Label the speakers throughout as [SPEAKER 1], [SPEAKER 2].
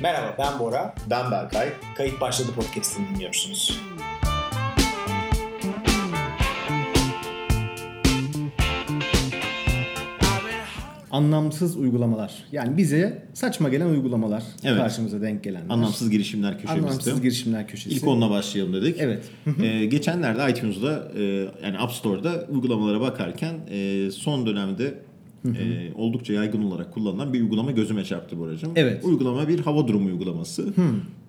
[SPEAKER 1] Merhaba ben Bora.
[SPEAKER 2] Ben Berkay.
[SPEAKER 1] Kayıt başladı podcast'ini dinliyorsunuz.
[SPEAKER 3] anlamsız uygulamalar. Yani bize saçma gelen uygulamalar
[SPEAKER 2] Evet.
[SPEAKER 3] karşımıza denk gelenler.
[SPEAKER 2] Anlamsız girişimler köşemizde.
[SPEAKER 3] Anlamsız girişimler köşesi.
[SPEAKER 2] İlk onunla başlayalım dedik.
[SPEAKER 3] Evet.
[SPEAKER 2] Ee, geçenlerde iTunes'da e, yani App Store'da uygulamalara bakarken e, son dönemde e, oldukça yaygın olarak kullanılan bir uygulama gözüme çarptı Boracığım.
[SPEAKER 3] Evet.
[SPEAKER 2] Uygulama bir hava durumu uygulaması.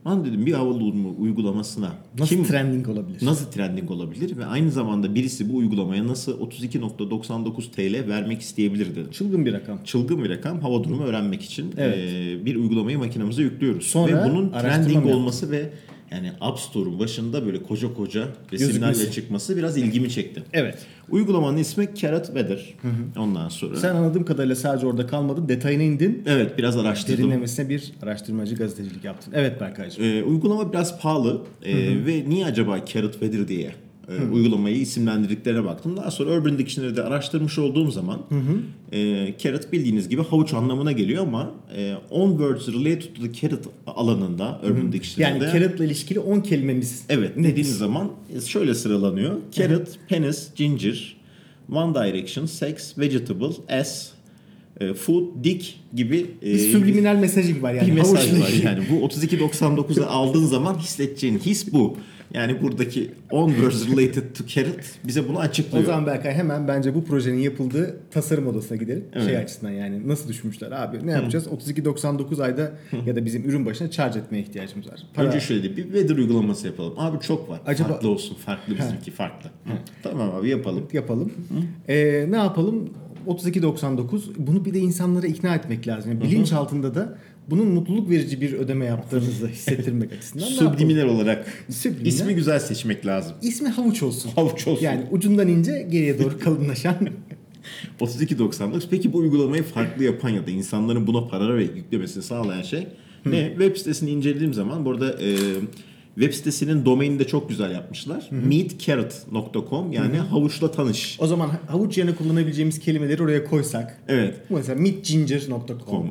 [SPEAKER 2] Ben dedim bir hava durumu uygulamasına
[SPEAKER 3] Hmm. Nasıl trending olabilir?
[SPEAKER 2] nasıl trending olabilir ve aynı zamanda birisi bu uygulamaya nasıl 32.99 TL vermek isteyebilir dedim.
[SPEAKER 3] Çılgın bir rakam.
[SPEAKER 2] çılgın bir rakam hava durumu öğrenmek için
[SPEAKER 3] Evet.
[SPEAKER 2] eee, bir uygulamayı makinamıza yüklüyoruz.
[SPEAKER 3] Sonra
[SPEAKER 2] ve bunun
[SPEAKER 3] araştırma
[SPEAKER 2] trending
[SPEAKER 3] mı
[SPEAKER 2] olması ve yani App Store'un başında böyle koca koca resimlerle
[SPEAKER 3] Gözükmesi.
[SPEAKER 2] çıkması biraz ilgimi çekti.
[SPEAKER 3] Evet.
[SPEAKER 2] Uygulamanın ismi Carrot Weather. Ondan sonra
[SPEAKER 3] Sen anladığım kadarıyla sadece orada kalmadın. Detayına indin.
[SPEAKER 2] evet biraz araştırdım.
[SPEAKER 3] Derinlemesine bir araştırmacı gazetecilik yaptın. Evet Berkaycığım.
[SPEAKER 2] Ee, uygulama biraz pahalı Ee, ve niye acaba Carrot Weather diye e, uygulamayı isimlendirdiklerine baktım. Daha sonra Urban Dictionary'de araştırmış olduğum zaman e, carrot bildiğiniz gibi havuç anlamına geliyor ama e, on words related to the carrot alanında Urban
[SPEAKER 3] yani
[SPEAKER 2] Dictionary'de
[SPEAKER 3] carrot'la ilgili 10 kelimemiz.
[SPEAKER 2] evet dediğiniz zaman şöyle sıralanıyor. Carrot, penis, ginger, one direction, sex, vegetable, ass, e, food, dick gibi
[SPEAKER 3] Bir
[SPEAKER 2] e,
[SPEAKER 3] subliminal mesajing var yani.
[SPEAKER 2] bir mesaj
[SPEAKER 3] havuçla
[SPEAKER 2] var
[SPEAKER 3] ilgili.
[SPEAKER 2] yani. Bu 32.99'u aldığın zaman hissedeceğin his bu. Yani buradaki on words related to carrot bize bunu
[SPEAKER 3] O
[SPEAKER 2] açıklıyor.
[SPEAKER 3] zaman Berkay hemen bence bu projenin yapıldığı tasarım odasına gidelim.
[SPEAKER 2] Evet.
[SPEAKER 3] Şey açısından yani nasıl düşünmüşler abi ne yapacağız? 32.99 ayda ya da bizim ürün başına charge etmeye ihtiyacımız var. Para-
[SPEAKER 2] Önce şöyle bir weather uygulaması yapalım. Abi çok var.
[SPEAKER 3] Acaba-
[SPEAKER 2] Farklı olsun. Farklı bizimki farklı. Hı. Tamam abi yapalım.
[SPEAKER 3] yapalım. Ee, ne yapalım? 32.99. Bunu bir de insanlara ikna etmek lazım. Yani bilinç altında da bunun mutluluk verici bir ödeme yaptığınızı hissettirmek açısından. ne yapalım?
[SPEAKER 2] Subliminal olarak
[SPEAKER 3] Subliminal.
[SPEAKER 2] ismi güzel seçmek lazım.
[SPEAKER 3] İsmi havuç olsun.
[SPEAKER 2] Havuç olsun.
[SPEAKER 3] Yani ucundan ince geriye doğru kalınlaşan.
[SPEAKER 2] 32.99. Peki bu uygulamayı farklı yapan ya da insanların buna para ve yüklemesini sağlayan şey ne? Web sitesini incelediğim zaman burada e, web sitesinin domainini de çok güzel yapmışlar. meetcarrot.com yani havuçla tanış.
[SPEAKER 3] o zaman havuç yerine kullanabileceğimiz kelimeleri oraya koysak.
[SPEAKER 2] Evet.
[SPEAKER 3] Bu Mesela meatginger.com,
[SPEAKER 2] Com.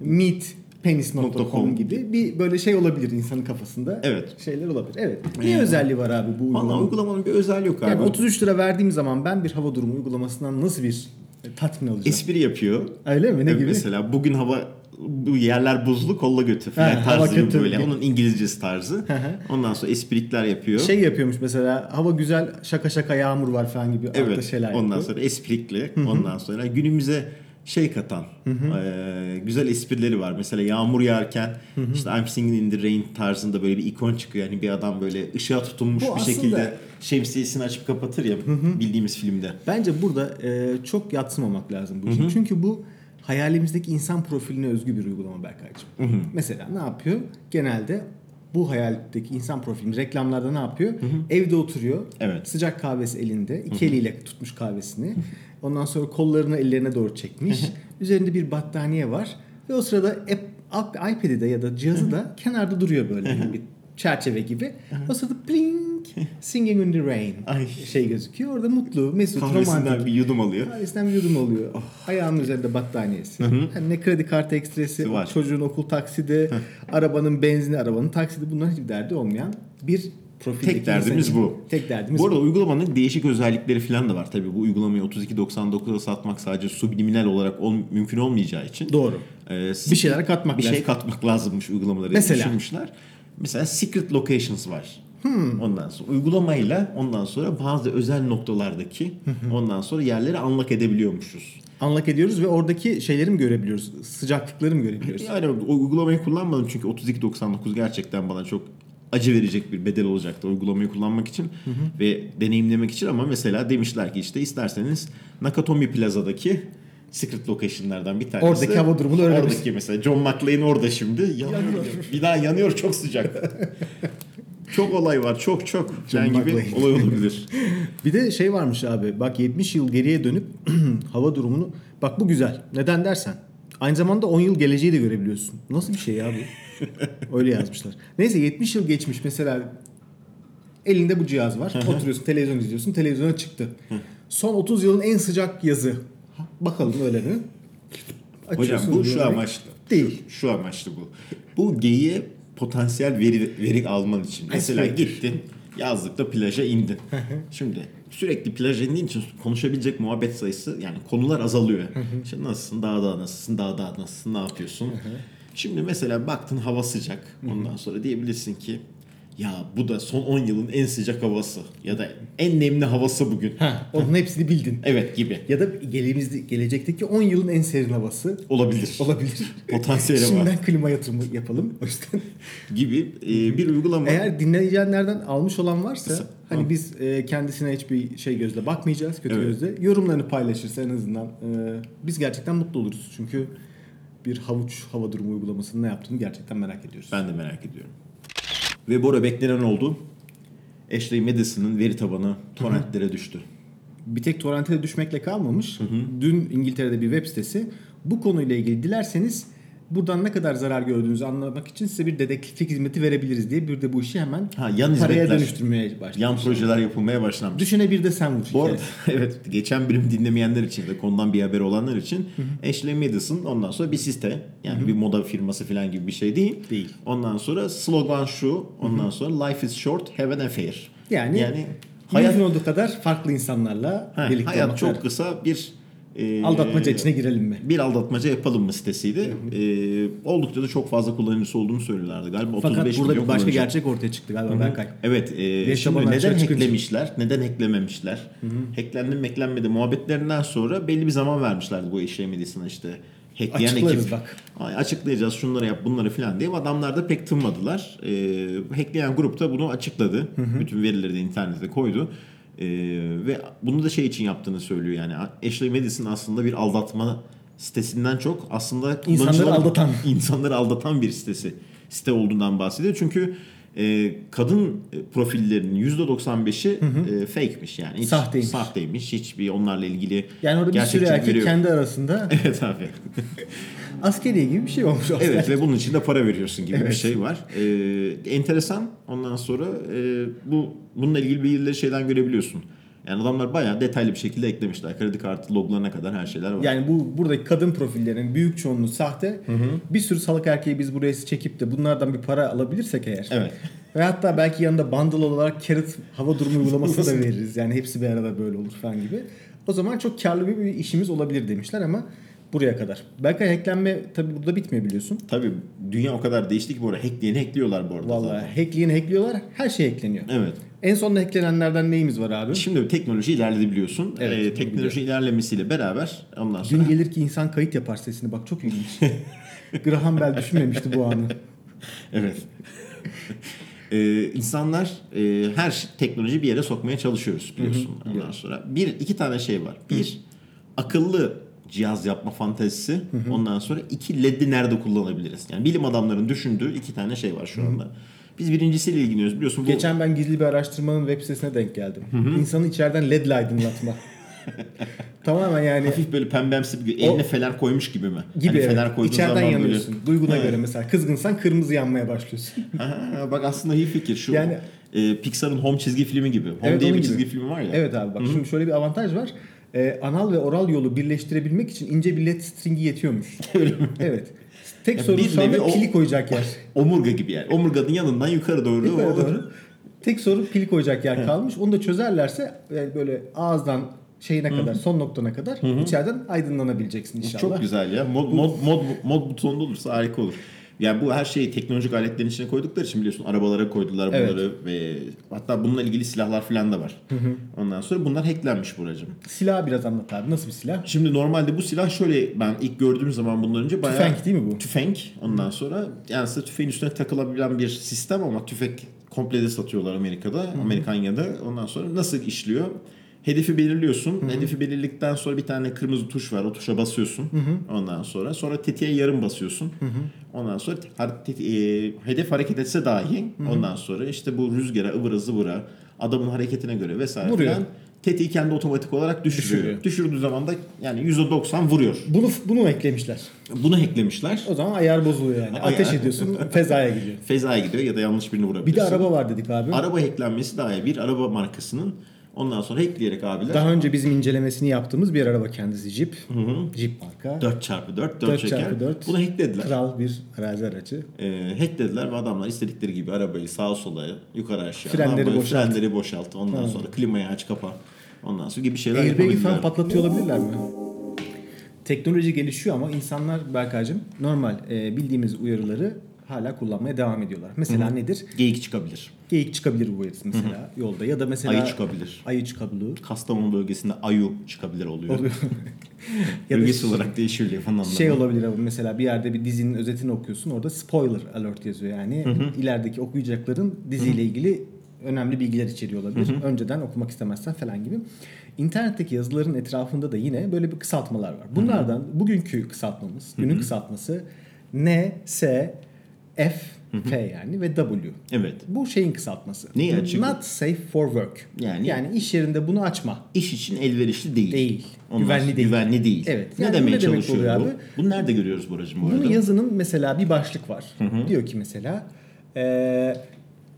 [SPEAKER 3] meatpenis.com gibi bir böyle şey olabilir insanın kafasında.
[SPEAKER 2] Evet. Ee,
[SPEAKER 3] Şeyler olabilir. Evet. Ne özelliği var abi
[SPEAKER 2] Valla
[SPEAKER 3] bu uygulamanın?
[SPEAKER 2] uygulamanın bir özelliği yok abi.
[SPEAKER 3] Yani 33 lira verdiğim zaman ben bir hava durumu uygulamasından nasıl bir e, tatmin alacağım?
[SPEAKER 2] Espri yapıyor.
[SPEAKER 3] Öyle mi? Ne
[SPEAKER 2] E,
[SPEAKER 3] gibi?
[SPEAKER 2] Mesela bugün hava bu yerler buzlu kolla götü falan
[SPEAKER 3] Ha, hava
[SPEAKER 2] tarzı bir
[SPEAKER 3] kötü.
[SPEAKER 2] böyle. Onun İngilizcesi tarzı. Ondan sonra esprikler yapıyor.
[SPEAKER 3] Şey yapıyormuş mesela hava güzel şaka şaka yağmur var falan gibi altta
[SPEAKER 2] Evet.
[SPEAKER 3] şeyler
[SPEAKER 2] ondan
[SPEAKER 3] yapıyor.
[SPEAKER 2] sonra esprikli. Ondan sonra günümüze şey katan eee, güzel esprileri var. Mesela yağmur yağarken işte I'm singing in the rain tarzında böyle bir ikon çıkıyor. Yani bir adam böyle ışığa tutunmuş
[SPEAKER 3] Bu
[SPEAKER 2] bir
[SPEAKER 3] aslında-
[SPEAKER 2] şekilde şemsiyesini açıp kapatır ya bildiğimiz filmde.
[SPEAKER 3] Bence burada e, çok yatsımamak lazım bu işin. Çünkü bu hayalimizdeki insan profiline özgü bir uygulama Berkay'cığım. Mesela ne yapıyor? Genelde bu hayaldeki insan profilini reklamlarda ne yapıyor? Evde oturuyor.
[SPEAKER 2] Evet.
[SPEAKER 3] Sıcak kahvesi elinde. iki eliyle tutmuş kahvesini. Ondan sonra kollarını ellerine doğru çekmiş. Üzerinde bir battaniye var. Ve o sırada app, app- iPad'i de ya da cihazı da kenarda duruyor böyle hani bir çerçeve gibi. O sırada pling singing in the rain
[SPEAKER 2] Ay.
[SPEAKER 3] şey gözüküyor. Orada mutlu, mesut
[SPEAKER 2] Kahvesinden
[SPEAKER 3] romantik.
[SPEAKER 2] bir Oh. yudum alıyor.
[SPEAKER 3] Ailesinden bir yudum oluyor. Ayağının üzerinde battaniyesi. Hani ne kredi kartı ekstresi,
[SPEAKER 2] Var.
[SPEAKER 3] çocuğun okul taksidi, arabanın benzini, arabanın taksidi bunların hiçbir derdi olmayan bir profil.
[SPEAKER 2] Tek derdimiz bu.
[SPEAKER 3] Tek derdimiz
[SPEAKER 2] Bu arada uygulamanın değişik özellikleri falan da var. Tabii bu uygulamayı 32.99'a satmak sadece subliminal olarak ol- mümkün olmayacağı için.
[SPEAKER 3] Doğru.
[SPEAKER 2] Ee,
[SPEAKER 3] Bir şeyler katmak
[SPEAKER 2] bir şey
[SPEAKER 3] lazım.
[SPEAKER 2] katmak lazımmış uygulamalara
[SPEAKER 3] Mesela?
[SPEAKER 2] düşünmüşler. Mesela secret locations var.
[SPEAKER 3] Hmm.
[SPEAKER 2] Ondan sonra uygulamayla ondan sonra bazı özel noktalardaki ondan sonra yerleri anlak edebiliyormuşuz.
[SPEAKER 3] Anlak ediyoruz ve oradaki şeyleri mi görebiliyoruz? Sıcaklıkları mı görebiliyoruz?
[SPEAKER 2] Yani o uygulamayı kullanmadım çünkü 32.99 gerçekten bana çok acı verecek bir bedel olacaktı uygulamayı kullanmak için ve deneyimlemek için ama mesela demişler ki işte isterseniz Nakatomi Plaza'daki secret location'lardan bir tanesi.
[SPEAKER 3] Oradaki hava durumunu öğrenebilirsin.
[SPEAKER 2] Oradaki mesela John McClane orada şimdi. Yanıyor. bir daha yanıyor çok sıcak. çok olay var çok çok.
[SPEAKER 3] John
[SPEAKER 2] John gibi
[SPEAKER 3] McClane.
[SPEAKER 2] olay olabilir.
[SPEAKER 3] Bir de şey varmış abi bak 70 yıl geriye dönüp hava durumunu bak bu güzel. Neden dersen aynı zamanda 10 yıl geleceği de görebiliyorsun. Nasıl bir şey ya bu? Öyle yazmışlar. Neyse 70 yıl geçmiş mesela elinde bu cihaz var. Oturuyorsun televizyon izliyorsun. Televizyona çıktı. Son 30 yılın en sıcak yazı. Bakalım öyle mi?
[SPEAKER 2] Hocam
[SPEAKER 3] Açıyorsun
[SPEAKER 2] bu şu
[SPEAKER 3] diyor.
[SPEAKER 2] amaçlı.
[SPEAKER 3] Değil.
[SPEAKER 2] Şu, şu amaçlı bu. Bu geyiğe potansiyel veri, veri alman için. Mesela
[SPEAKER 3] Aspirator.
[SPEAKER 2] gittin yazlıkta plaja indin. Şimdi sürekli plaja indiğin için konuşabilecek muhabbet sayısı yani konular azalıyor. Şimdi nasılsın daha daha nasılsın daha daha nasılsın ne yapıyorsun. Şimdi mesela baktın hava sıcak. Ondan sonra diyebilirsin ki ya bu da son 10 yılın en sıcak havası ya da en nemli havası bugün.
[SPEAKER 3] Ha, onun hepsini bildin.
[SPEAKER 2] Evet gibi
[SPEAKER 3] Ya da gelemizde, gelecekteki 10 yılın en serin havası
[SPEAKER 2] olabilir.
[SPEAKER 3] olabilir.
[SPEAKER 2] Potansiyeli var.
[SPEAKER 3] Şimdiden klima yatırımı yapalım. O yüzden
[SPEAKER 2] gibi e, bir uygulama.
[SPEAKER 3] Eğer dinleyicilerden almış olan varsa
[SPEAKER 2] Kısa.
[SPEAKER 3] hani biz e, kendisine hiçbir şey gözle bakmayacağız kötü
[SPEAKER 2] Evet.
[SPEAKER 3] gözle. Yorumlarını paylaşırsa en azından e, biz gerçekten mutlu oluruz. Çünkü bir havuç hava durumu uygulamasının ne yaptığını gerçekten merak ediyoruz.
[SPEAKER 2] Ben de merak ediyorum. Ve Bora beklenen oldu. Ashley Madison'ın veri tabanı torrentlere düştü.
[SPEAKER 3] Bir tek torrente de düşmekle kalmamış. Dün İngiltere'de bir web sitesi bu konuyla ilgili dilerseniz buradan ne kadar zarar gördüğünüzü anlamak için size bir dedektiflik hizmeti verebiliriz diye bir de bu işi hemen
[SPEAKER 2] Ha, yan
[SPEAKER 3] paraya
[SPEAKER 2] hizmetler.
[SPEAKER 3] dönüştürmeye başladı.
[SPEAKER 2] Yan projeler yapılmaya başlanmış.
[SPEAKER 3] Düşüne bir de sen vur.
[SPEAKER 2] Bu arada
[SPEAKER 3] hikayesi.
[SPEAKER 2] evet geçen bölüm dinlemeyenler için de konudan bir haber olanlar için Ashley Madison ondan sonra bir site yani bir moda firması falan gibi bir şey değil.
[SPEAKER 3] Değil.
[SPEAKER 2] Ondan sonra slogan şu ondan sonra life is short have an affair.
[SPEAKER 3] Yani,
[SPEAKER 2] yani hayat,
[SPEAKER 3] hayat olduğu kadar farklı insanlarla
[SPEAKER 2] Ha,
[SPEAKER 3] birlikte
[SPEAKER 2] hayat
[SPEAKER 3] olmak
[SPEAKER 2] çok
[SPEAKER 3] lazım.
[SPEAKER 2] kısa bir e,
[SPEAKER 3] aldatmaca içine girelim mi?
[SPEAKER 2] bir aldatmaca yapalım mı sitesiydi. Ee, oldukça da çok fazla kullanıcısı olduğunu söylüyorlardı. Galiba 35
[SPEAKER 3] Fakat burada
[SPEAKER 2] milyon
[SPEAKER 3] bir başka
[SPEAKER 2] kullanıcı.
[SPEAKER 3] gerçek ortaya çıktı galiba Berkay.
[SPEAKER 2] Evet. E,
[SPEAKER 3] tabanı
[SPEAKER 2] şimdi neden
[SPEAKER 3] açığa çıkınca.
[SPEAKER 2] hacklemişler? Neden hacklememişler? Hacklendi mi hacklenmedi muhabbetlerinden sonra belli bir zaman vermişlerdi bu işe medyasına işte. Hackleyen
[SPEAKER 3] Açıklarız
[SPEAKER 2] ekip.
[SPEAKER 3] bak.
[SPEAKER 2] Ay, açıklayacağız şunları yap bunları falan diye adamlar da pek tınmadılar. Ee, hackleyen grup da bunu açıkladı. Bütün verileri de internete koydu. Ee, ve bunu da şey için yaptığını söylüyor yani. Ashley Madison aslında bir aldatma sitesinden çok aslında
[SPEAKER 3] İnsanları
[SPEAKER 2] kullanıcılar-
[SPEAKER 3] aldatan.
[SPEAKER 2] insanları aldatan bir sitesi site olduğundan bahsediyor. Çünkü e, kadın e, profillerinin %95'i e, fake'miş yani. Hiç,
[SPEAKER 3] Sahteymiş.
[SPEAKER 2] Sahteymiş. Hiçbir onlarla ilgili
[SPEAKER 3] Yani orada bir
[SPEAKER 2] gerçekçi
[SPEAKER 3] sürü erkek
[SPEAKER 2] veri yok.
[SPEAKER 3] kendi arasında
[SPEAKER 2] Evet abi.
[SPEAKER 3] askeriye gibi bir şey olmuş. aslında.
[SPEAKER 2] Evet ve bunun için de para veriyorsun gibi bir şey var. Ee, enteresan. Ondan sonra e, bu bununla ilgili bilgileri şeyden görebiliyorsun. Yani adamlar bayağı detaylı bir şekilde eklemişler. Kredi kartı loglarına kadar her şeyler var.
[SPEAKER 3] Yani bu buradaki kadın profillerinin büyük çoğunluğu sahte. Bir sürü salak erkeği biz buraya çekip de bunlardan bir para alabilirsek eğer.
[SPEAKER 2] Evet.
[SPEAKER 3] Ve hatta belki yanında bundle olarak carrot hava durumu uygulaması da veririz. Yani hepsi bir arada böyle olur falan gibi. O zaman çok karlı bir, bir işimiz olabilir demişler ama buraya kadar. Belki hacklenme tabii burada bitmiyor biliyorsun.
[SPEAKER 2] Tabii dünya o kadar değişti ki bu arada. Hackleyeni hackliyorlar bu arada. zaten.
[SPEAKER 3] Vallahi hackleyeni hackliyorlar. Her şey hackleniyor.
[SPEAKER 2] Evet.
[SPEAKER 3] En sonunda hacklenenlerden neyimiz var abi?
[SPEAKER 2] Şimdi teknoloji ilerledi biliyorsun.
[SPEAKER 3] Evet,
[SPEAKER 2] Ee,
[SPEAKER 3] bunu
[SPEAKER 2] teknoloji ilerlemesiyle beraber ondan sonra
[SPEAKER 3] Gün gelir ki insan kayıt yapar sesini. Bak çok ilginç. Graham Bell düşünmemişti bu anı.
[SPEAKER 2] evet. Ee, insanlar e, her şey- teknoloji bir yere sokmaya çalışıyoruz biliyorsun. Ondan sonra bir iki tane şey var. Bir akıllı cihaz yapma fantezisi. Ondan sonra iki LED'i nerede kullanabiliriz? Yani bilim adamlarının düşündüğü iki tane şey var şu anda. Biz birincisiyle ilgileniyoruz biliyorsun. Bu,
[SPEAKER 3] Geçen ben gizli bir araştırmanın web sitesine denk geldim. İnsanı içeriden led ile aydınlatma. Tamamen yani
[SPEAKER 2] hafif böyle pembemsi bir
[SPEAKER 3] O-
[SPEAKER 2] eline fener koymuş gibi mi?
[SPEAKER 3] gibi
[SPEAKER 2] Hani
[SPEAKER 3] evet.
[SPEAKER 2] fener koyduğun
[SPEAKER 3] İçeriden
[SPEAKER 2] zaman
[SPEAKER 3] yanıyorsun.
[SPEAKER 2] böyle
[SPEAKER 3] Duyguna
[SPEAKER 2] Evet.
[SPEAKER 3] göre mesela kızgınsan kırmızı yanmaya başlıyorsun.
[SPEAKER 2] Ha, bak aslında iyi fikir şu.
[SPEAKER 3] Yani-
[SPEAKER 2] e, Pixar'ın Home çizgi filmi gibi. Home
[SPEAKER 3] Evet,
[SPEAKER 2] diye bir
[SPEAKER 3] onun gibi.
[SPEAKER 2] çizgi filmi var ya.
[SPEAKER 3] evet abi bak şimdi şöyle bir avantaj var. Ee, anal ve oral yolu birleştirebilmek için ince bir led stringi yetiyormuş. Evet. Tek
[SPEAKER 2] Ya
[SPEAKER 3] sorun
[SPEAKER 2] bir
[SPEAKER 3] şu anda
[SPEAKER 2] nevi o-
[SPEAKER 3] pili koyacak yer.
[SPEAKER 2] Omurga gibi yani. Omurganın yanından yukarı doğru.
[SPEAKER 3] Yukarı doğru. Tek sorun pil koyacak yer kalmış. Onu da çözerlerse e, böyle ağızdan şeyine kadar son noktana kadar içeriden aydınlanabileceksin inşallah.
[SPEAKER 2] Çok güzel ya. Mod, mod, mod, mod butonunda olursa harika olur. Yani bu her şeyi teknolojik aletlerin içine koydukları için biliyorsun arabalara koydular
[SPEAKER 3] Evet.
[SPEAKER 2] bunları ve hatta bununla ilgili silahlar falan da var. Ondan sonra bunlar hacklenmiş buracım.
[SPEAKER 3] Silahı biraz anlat abi. Nasıl bir silah?
[SPEAKER 2] Şimdi normalde bu silah şöyle ben ilk gördüğüm zaman bundan önce bayağı...
[SPEAKER 3] Tüfenk değil mi bu?
[SPEAKER 2] Tüfenk ondan sonra yani aslında tüfeğin üstüne takılabilen bir sistem ama tüfek komple de satıyorlar Amerika'da, Amerikanya'da. Ondan sonra nasıl işliyor? Hedefi belirliyorsun. Hedefi belirledikten sonra bir tane kırmızı tuş var. O tuşa basıyorsun. Ondan sonra sonra tetiğe yarım basıyorsun. Ondan sonra te- har- te- e, hedef hareket etse dahi ondan sonra işte bu rüzgara, ıvıra zıvıra adamın hareketine göre vesaire
[SPEAKER 3] Vuruyor.
[SPEAKER 2] filan tetiği kendi otomatik olarak düşürüyor.
[SPEAKER 3] Düşürüyor.
[SPEAKER 2] Düşürdüğü zaman da yani %90 vuruyor.
[SPEAKER 3] Bunu bunu mu eklemişler.
[SPEAKER 2] Bunu hacklemişler.
[SPEAKER 3] O zaman ayar bozuluyor yani.
[SPEAKER 2] Ayar.
[SPEAKER 3] Ateş ediyorsun fezaya gidiyor.
[SPEAKER 2] Fezaya gidiyor ya da yanlış birini vurabilirsin.
[SPEAKER 3] Bir de araba var dedik abi.
[SPEAKER 2] Araba hacklenmesi daha iyi. Bir araba markasının Ondan sonra hackleyerek abiler
[SPEAKER 3] Daha önce bizim incelemesini yaptığımız bir araba kendisi Jeep. Jeep marka.
[SPEAKER 2] 4x4, 4,
[SPEAKER 3] 4
[SPEAKER 2] çeker.
[SPEAKER 3] 4
[SPEAKER 2] Bunu hacklediler.
[SPEAKER 3] Kral bir arazi aracı.
[SPEAKER 2] E, hacklediler ve adamlar istedikleri gibi arabayı sağa sola yukarı aşağı
[SPEAKER 3] Frenleri
[SPEAKER 2] arabayı-
[SPEAKER 3] boşalt.
[SPEAKER 2] frenleri boşalt. Ondan sonra klimayı aç kapa. Ondan sonra gibi şeyler
[SPEAKER 3] Airbag'i
[SPEAKER 2] yapabildiler.
[SPEAKER 3] E, falan patlatıyor olabilirler mi? Teknoloji gelişiyor ama insanlar Berkay'cığım normal e, bildiğimiz uyarıları hala kullanmaya devam ediyorlar. Mesela nedir?
[SPEAKER 2] Geyik çıkabilir.
[SPEAKER 3] Geyik çıkabilir bu uyarısı mesela yolda ya da mesela
[SPEAKER 2] Ayı çıkabilir.
[SPEAKER 3] Ayı çıkabilir.
[SPEAKER 2] Kastamonu bölgesinde ayu çıkabilir oluyor.
[SPEAKER 3] Oluyor. Ya da
[SPEAKER 2] Bölgesi olarak değişiyor lafın anlamı.
[SPEAKER 3] Şey olabilir abi mesela bir yerde bir dizinin özetini okuyorsun orada spoiler alert yazıyor yani ilerideki okuyacakların diziyle ilgili önemli bilgiler içeriyor olabilir. Önceden okumak istemezsen falan gibi. İnternetteki yazıların etrafında da yine böyle bir kısaltmalar var. Bunlardan bugünkü kısaltmamız, günün kısaltması N, S, F, F yani ve W.
[SPEAKER 2] Evet.
[SPEAKER 3] Bu şeyin kısaltması.
[SPEAKER 2] Neyi açık-
[SPEAKER 3] Not safe for work.
[SPEAKER 2] Yani-
[SPEAKER 3] Yani, iş yerinde bunu açma.
[SPEAKER 2] İş için elverişli değil.
[SPEAKER 3] Değil.
[SPEAKER 2] Ondan
[SPEAKER 3] Güvenli
[SPEAKER 2] sonra
[SPEAKER 3] değil.
[SPEAKER 2] Güvenli değil.
[SPEAKER 3] Evet.
[SPEAKER 2] Ne
[SPEAKER 3] Yani
[SPEAKER 2] demeye
[SPEAKER 3] ne demek
[SPEAKER 2] çalışıyor
[SPEAKER 3] oluyor
[SPEAKER 2] bu?
[SPEAKER 3] abi?
[SPEAKER 2] Bunu nerede görüyoruz Boracığım bu arada?
[SPEAKER 3] Bunun yazının mesela bir başlık var. Diyor ki mesela eee,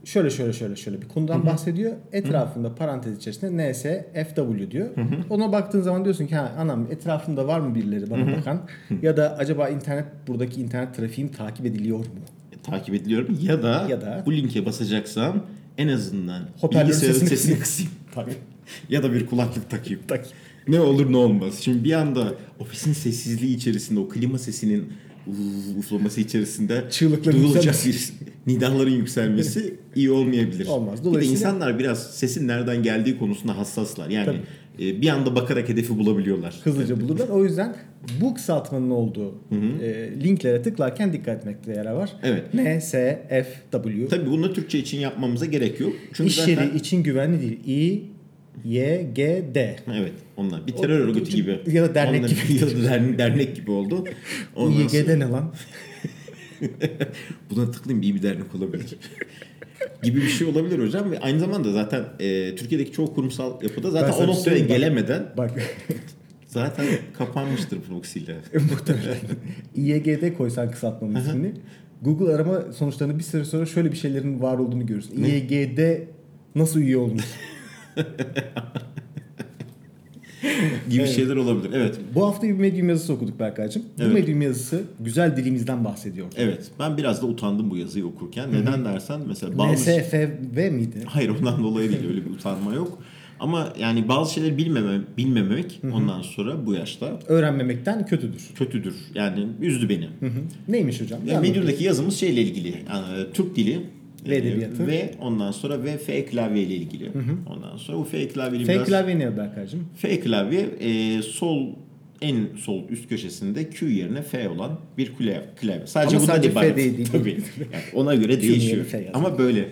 [SPEAKER 3] şöyle şöyle şöyle şöyle bir konudan bahsediyor. Etrafında parantez içerisinde NS, FW diyor. Ona baktığın zaman diyorsun ki ha anam etrafında var mı birileri bana bakan? ya da acaba internet buradaki internet trafiğim takip ediliyor mu?
[SPEAKER 2] E, Takip ediliyorum. Ya da,
[SPEAKER 3] Ya da-
[SPEAKER 2] bu linke basacaksam en azından
[SPEAKER 3] Hoparlörün
[SPEAKER 2] bilgisayarın
[SPEAKER 3] sesini
[SPEAKER 2] sesini
[SPEAKER 3] kısayım.
[SPEAKER 2] kısayım.
[SPEAKER 3] Tabii.
[SPEAKER 2] ya da bir kulaklık takayım. Ne olur ne olmaz. Şimdi bir anda ofisin sessizliği içerisinde o klima sesinin uv- uflaması içerisinde
[SPEAKER 3] Çığlıkların
[SPEAKER 2] duyulacak bir nidaların yükselmesi iyi olmayabilir.
[SPEAKER 3] Olmaz.
[SPEAKER 2] Bir de
[SPEAKER 3] Dolayısıyla-
[SPEAKER 2] insanlar biraz sesin nereden geldiği konusunda hassaslar. Yani e, bir anda bakarak hedefi bulabiliyorlar.
[SPEAKER 3] Hızlıca bulurlar. O yüzden bu kısaltmanın olduğu eee, linklere tıklarken dikkat etmekte yarar var.
[SPEAKER 2] Evet.
[SPEAKER 3] N, S, F, W.
[SPEAKER 2] E, Tabii bunu da Türkçe için yapmamıza gerek yok. Çünkü
[SPEAKER 3] İş
[SPEAKER 2] zaten...
[SPEAKER 3] yeri için güvenli değil. İ, Y, G, D.
[SPEAKER 2] Evet onlar. Bir terör örgütü gibi.
[SPEAKER 3] ya da dernek
[SPEAKER 2] Onlar-
[SPEAKER 3] gibi.
[SPEAKER 2] ya da dernek, dernek gibi oldu. Ondan sonra-
[SPEAKER 3] İG'de ne lan?
[SPEAKER 2] Buna tıklayayım iyi bir dernek olabilir. gibi bir şey olabilir hocam ve aynı zamanda zaten e, Türkiye'deki çoğu kurumsal yapıda
[SPEAKER 3] Ben
[SPEAKER 2] zaten o
[SPEAKER 3] sana bir şey
[SPEAKER 2] noktaya
[SPEAKER 3] söyleyeyim, bak-
[SPEAKER 2] gelemeden
[SPEAKER 3] Bak
[SPEAKER 2] zaten kapanmıştır Proxy ile.
[SPEAKER 3] muhtemelen. İEG'de koysan kısaltmanın ismini. Google arama sonuçlarını bir süre sonra şöyle bir şeylerin var olduğunu görürsün. İEG'de nasıl üye olmuş?
[SPEAKER 2] gibi şeyler olabilir. Evet.
[SPEAKER 3] Bu hafta bir Medium yazısı okuduk Berkay'cığım. Bu
[SPEAKER 2] Evet.
[SPEAKER 3] Medium yazısı güzel dilimizden bahsediyor.
[SPEAKER 2] Evet. Ben biraz da utandım bu yazıyı okurken. Neden dersen mesela bazı şey-
[SPEAKER 3] NSFV miydi?
[SPEAKER 2] Hayır ondan dolayı değil öyle bir utanma yok. Ama yani bazı şeyleri bilmeme, bilmemek ondan sonra bu yaşta
[SPEAKER 3] Öğrenmemekten kötüdür.
[SPEAKER 2] kötüdür. Yani üzdü beni.
[SPEAKER 3] Neymiş hocam?
[SPEAKER 2] Ya Medium'daki yazımız şeyle ilgili. Yani Türk dili
[SPEAKER 3] Ve
[SPEAKER 2] e,
[SPEAKER 3] edebiyatı.
[SPEAKER 2] ve ondan sonra ve F klavye ile ilgili. Ondan sonra bu F klavye
[SPEAKER 3] F
[SPEAKER 2] biraz
[SPEAKER 3] klavye ne Berkay'cığım?
[SPEAKER 2] F klavye e, sol en sol üst köşesinde Q yerine F olan bir klavye. klavye. Sadece
[SPEAKER 3] Ama
[SPEAKER 2] bundan
[SPEAKER 3] sadece F
[SPEAKER 2] ibaret.
[SPEAKER 3] değil, değil.
[SPEAKER 2] Tabii. Yani ona göre
[SPEAKER 3] yerine
[SPEAKER 2] değişiyor.
[SPEAKER 3] F yazıyor.
[SPEAKER 2] Ama böyle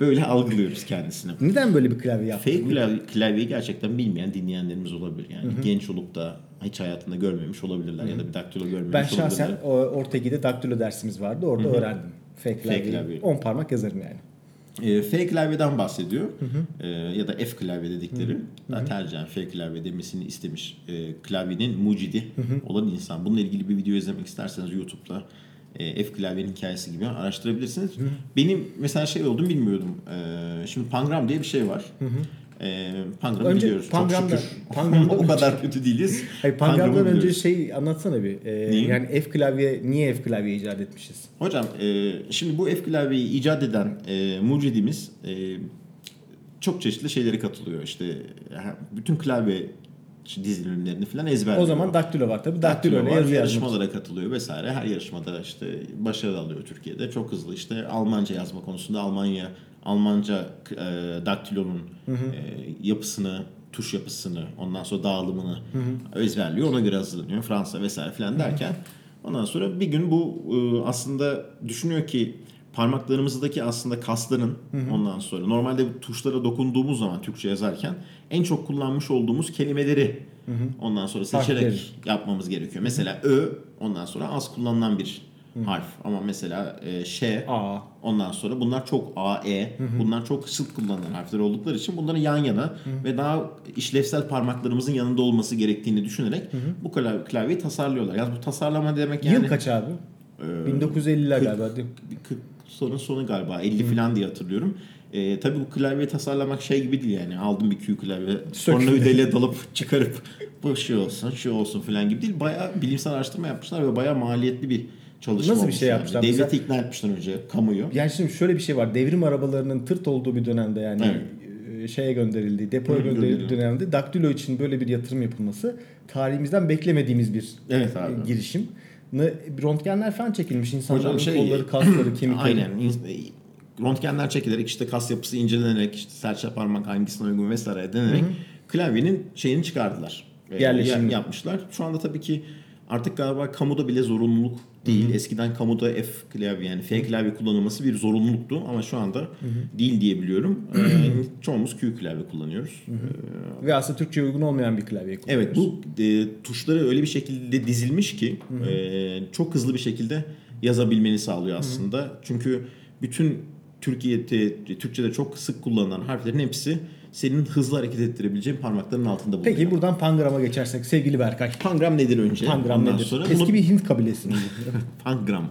[SPEAKER 2] böyle algılıyoruz kendisini.
[SPEAKER 3] Neden böyle bir klavye yaptın?
[SPEAKER 2] F klavye, klavyeyi gerçekten bilmeyen dinleyenlerimiz olabilir. Yani genç olup da hiç hayatında görmemiş olabilirler ya da bir şey daktilo görmemiş
[SPEAKER 3] Ben
[SPEAKER 2] olabilirler.
[SPEAKER 3] şahsen o, Ortegi'de daktilo dersimiz vardı. Orada öğrendim. Fake
[SPEAKER 2] Fake
[SPEAKER 3] klavyeyi.
[SPEAKER 2] klavye.
[SPEAKER 3] 10 parmak yazarım yani.
[SPEAKER 2] E, F klavyeden bahsediyor. E, ya da F klavye dedikleri. Daha tercihen F klavye demesini istemiş. E, klavyenin mucidi olan insan. Bununla ilgili bir video izlemek isterseniz YouTube'da e, F klavyenin hikayesi gibi araştırabilirsiniz. Benim mesela şey olduğunu bilmiyordum. E, şimdi pangram diye bir şey var. E, pangram
[SPEAKER 3] Önce
[SPEAKER 2] biliyoruz.
[SPEAKER 3] Pangram'dan-
[SPEAKER 2] Çok şükür.
[SPEAKER 3] Pangram'dan
[SPEAKER 2] o kadar kötü değiliz.
[SPEAKER 3] Hayır,
[SPEAKER 2] Pangram'ı
[SPEAKER 3] Pangram'dan önce
[SPEAKER 2] biliyoruz.
[SPEAKER 3] şey anlatsana bir. Ee,
[SPEAKER 2] Neyi?
[SPEAKER 3] yani F klavye, niye F klavye icat etmişiz?
[SPEAKER 2] Hocam e, şimdi bu F klavyeyi icat eden e, mucidimiz e, çok çeşitli şeylere katılıyor. İşte ha, bütün klavye dizilimlerini falan ezberliyor.
[SPEAKER 3] O zaman daktilo var tabii. Daktilo ile
[SPEAKER 2] Daktilo var,
[SPEAKER 3] yazı yazmak.
[SPEAKER 2] yarışmalara katılıyor vesaire. Her yarışmada işte başarı alıyor Türkiye'de. Çok hızlı işte Almanca yazma konusunda Almanya Almanca e, daktilonun e, yapısını, tuş yapısını, ondan sonra dağılımını ezberliyor. Ona göre hazırlanıyor. Fransa vesaire filan derken ondan sonra bir gün bu e, aslında düşünüyor ki parmaklarımızdaki aslında kasların ondan sonra normalde bu tuşlara dokunduğumuz zaman Türkçe yazarken en çok kullanmış olduğumuz kelimeleri ondan sonra seçerek
[SPEAKER 3] Harfleri.
[SPEAKER 2] yapmamız gerekiyor. Mesela ö ondan sonra az kullanılan bir harf ama mesela e, ş
[SPEAKER 3] A.
[SPEAKER 2] ondan sonra bunlar çok a e bunlar çok sık kullanılan harfler oldukları için bunların yan yana ve daha işlevsel parmaklarımızın yanında olması gerektiğini düşünerek bu klavye, klavyeyi tasarlıyorlar. Yani bu tasarlama demek yani Ee,
[SPEAKER 3] Yıl kaç abi? 1950'ler galiba değil mi?
[SPEAKER 2] 40 sonun sonu galiba 50 falan diye hatırlıyorum. E, tabii bu klavyeyi tasarlamak şey gibi değil yani. Aldım bir Q klavye, sonra ödeyle dalıp çıkarıp bu şey olsun, şu olsun falan gibi değil. Bayağı bilimsel araştırma yapmışlar ve bayağı maliyetli bir çalışma
[SPEAKER 3] Nasıl bir
[SPEAKER 2] olmuş
[SPEAKER 3] şey
[SPEAKER 2] yani.
[SPEAKER 3] yapmışlar?
[SPEAKER 2] Devleti
[SPEAKER 3] Mesela-
[SPEAKER 2] ikna etmişler önce, kamuyu.
[SPEAKER 3] Yani şimdi şöyle bir şey var. Devrim arabalarının tırt olduğu bir dönemde yani e, şeye gönderildiği, depoya gönderildiği dönemde daktilo için böyle bir yatırım yapılması tarihimizden beklemediğimiz bir
[SPEAKER 2] Evet abi.
[SPEAKER 3] e, girişim. Ne- Röntgenler falan çekilmiş insanların
[SPEAKER 2] Hocam şey-
[SPEAKER 3] kolları, kasları, kemikleri.
[SPEAKER 2] Aynen. İns- Röntgenler çekilerek işte kas yapısı incelenerek işte serçe parmak hangisine uygun vesaire denerek klavyenin şeyini çıkardılar. Ee,
[SPEAKER 3] Yerleşimini.
[SPEAKER 2] yap- yapmışlar. Şu anda tabii ki artık galiba kamuda bile zorunluluk değil. Eskiden kamuda F klavye yani F klavye kullanılması bir zorunluluktu ama şu anda değil diye biliyorum. Ee, çoğumuz Q klavye kullanıyoruz.
[SPEAKER 3] Ve aslında Türkçe'ye uygun olmayan bir klavye kullanıyor.
[SPEAKER 2] Evet bu e, tuşları öyle bir şekilde dizilmiş ki e, çok hızlı bir şekilde yazabilmeni sağlıyor aslında. Çünkü bütün Türkiye'de Türkçe'de çok sık kullanılan harflerin hepsi senin hızlı hareket ettirebileceğin parmakların altında bulunuyor.
[SPEAKER 3] Peki buradan Pangram'a geçersek sevgili Berkay.
[SPEAKER 2] pangram nedir önce?
[SPEAKER 3] Pangram
[SPEAKER 2] Ondan
[SPEAKER 3] nedir?
[SPEAKER 2] Sonra
[SPEAKER 3] Eski
[SPEAKER 2] bunu-
[SPEAKER 3] bir Hint kabilesi.
[SPEAKER 2] pangram.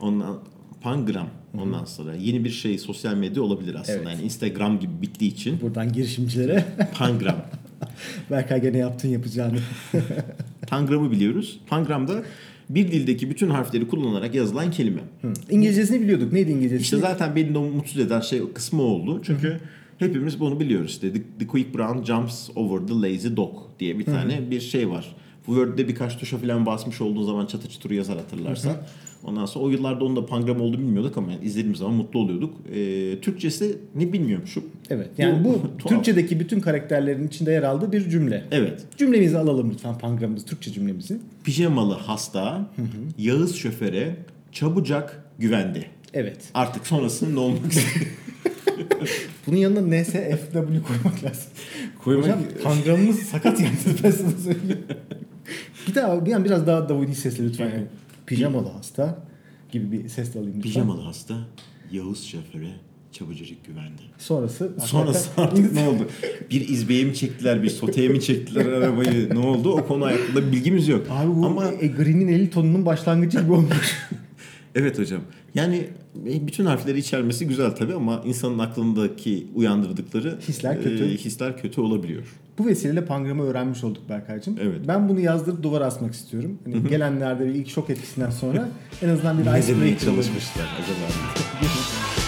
[SPEAKER 2] Ondan pangram ondan sonra yeni bir şey sosyal medya olabilir aslında.
[SPEAKER 3] Evet.
[SPEAKER 2] Yani Instagram gibi bittiği için
[SPEAKER 3] buradan girişimcilere.
[SPEAKER 2] pangram.
[SPEAKER 3] Berkay gene yaptın yapacağını.
[SPEAKER 2] Pangram'ı biliyoruz. Pangram da bir dildeki bütün harfleri kullanarak yazılan kelime.
[SPEAKER 3] İngilizcesini biliyorduk. Neydi İngilizcesi?
[SPEAKER 2] İşte zaten beni de mutsuz eden şey kısmı oldu. Çünkü hepimiz bunu biliyoruz. İşte the, the Quick Brown Jumps Over the Lazy Dog diye bir tane bir şey var. Bu Word'de birkaç tuşa falan basmış olduğun zaman çatı çuturu yazar hatırlarsan. Ondan sonra o yıllarda onun da pangram olduğu bilmiyorduk ama yani izlediğimiz zaman mutlu oluyorduk. Ee, Türkçesi ne bilmiyormuşum.
[SPEAKER 3] Evet. Yani bu
[SPEAKER 2] tuhaf.
[SPEAKER 3] Türkçedeki bütün karakterlerin içinde yer aldığı bir cümle.
[SPEAKER 2] Evet.
[SPEAKER 3] Cümlemizi alalım lütfen pangramımızı, Türkçe cümlemizi.
[SPEAKER 2] Pijamalı hasta, Yağız şoföre çabucak güvendi.
[SPEAKER 3] Evet.
[SPEAKER 2] Artık sonrasının ne olmak istiyor?
[SPEAKER 3] Bunun yanına NSFW koymak lazım.
[SPEAKER 2] Koymak-
[SPEAKER 3] Hocam pangramımız sakat yani ben sana söyleyeyim. Bir daha bir an biraz daha davudi sesle lütfen. Yani. Pijamalı hasta gibi bir ses de alayım lütfen.
[SPEAKER 2] Pijamalı hasta, Yağız şoföre çabucacık güvendi.
[SPEAKER 3] Sonrası.
[SPEAKER 2] Sonrası artık ne oldu? Bir izbeye mi çektiler, bir soteye mi çektiler arabayı? Ne oldu? O konu hakkında bilgimiz yok.
[SPEAKER 3] Abi bu
[SPEAKER 2] Ama
[SPEAKER 3] e, Green'in 50 tonunun başlangıcı gibi olmuş.
[SPEAKER 2] evet hocam. Yani e, bütün harfleri içermesi güzel tabii ama insanın aklındaki uyandırdıkları
[SPEAKER 3] Hisler kötü.
[SPEAKER 2] e, hisler kötü olabiliyor.
[SPEAKER 3] Bu vesileyle pangramı öğrenmiş olduk Berkay'cığım.
[SPEAKER 2] Evet.
[SPEAKER 3] Ben bunu yazdırıp duvara asmak istiyorum. Hani gelenlerde bir ilk şok etkisinden sonra en azından bir
[SPEAKER 2] Ne demeye
[SPEAKER 3] icebreaker.
[SPEAKER 2] çalışmışlar acaba?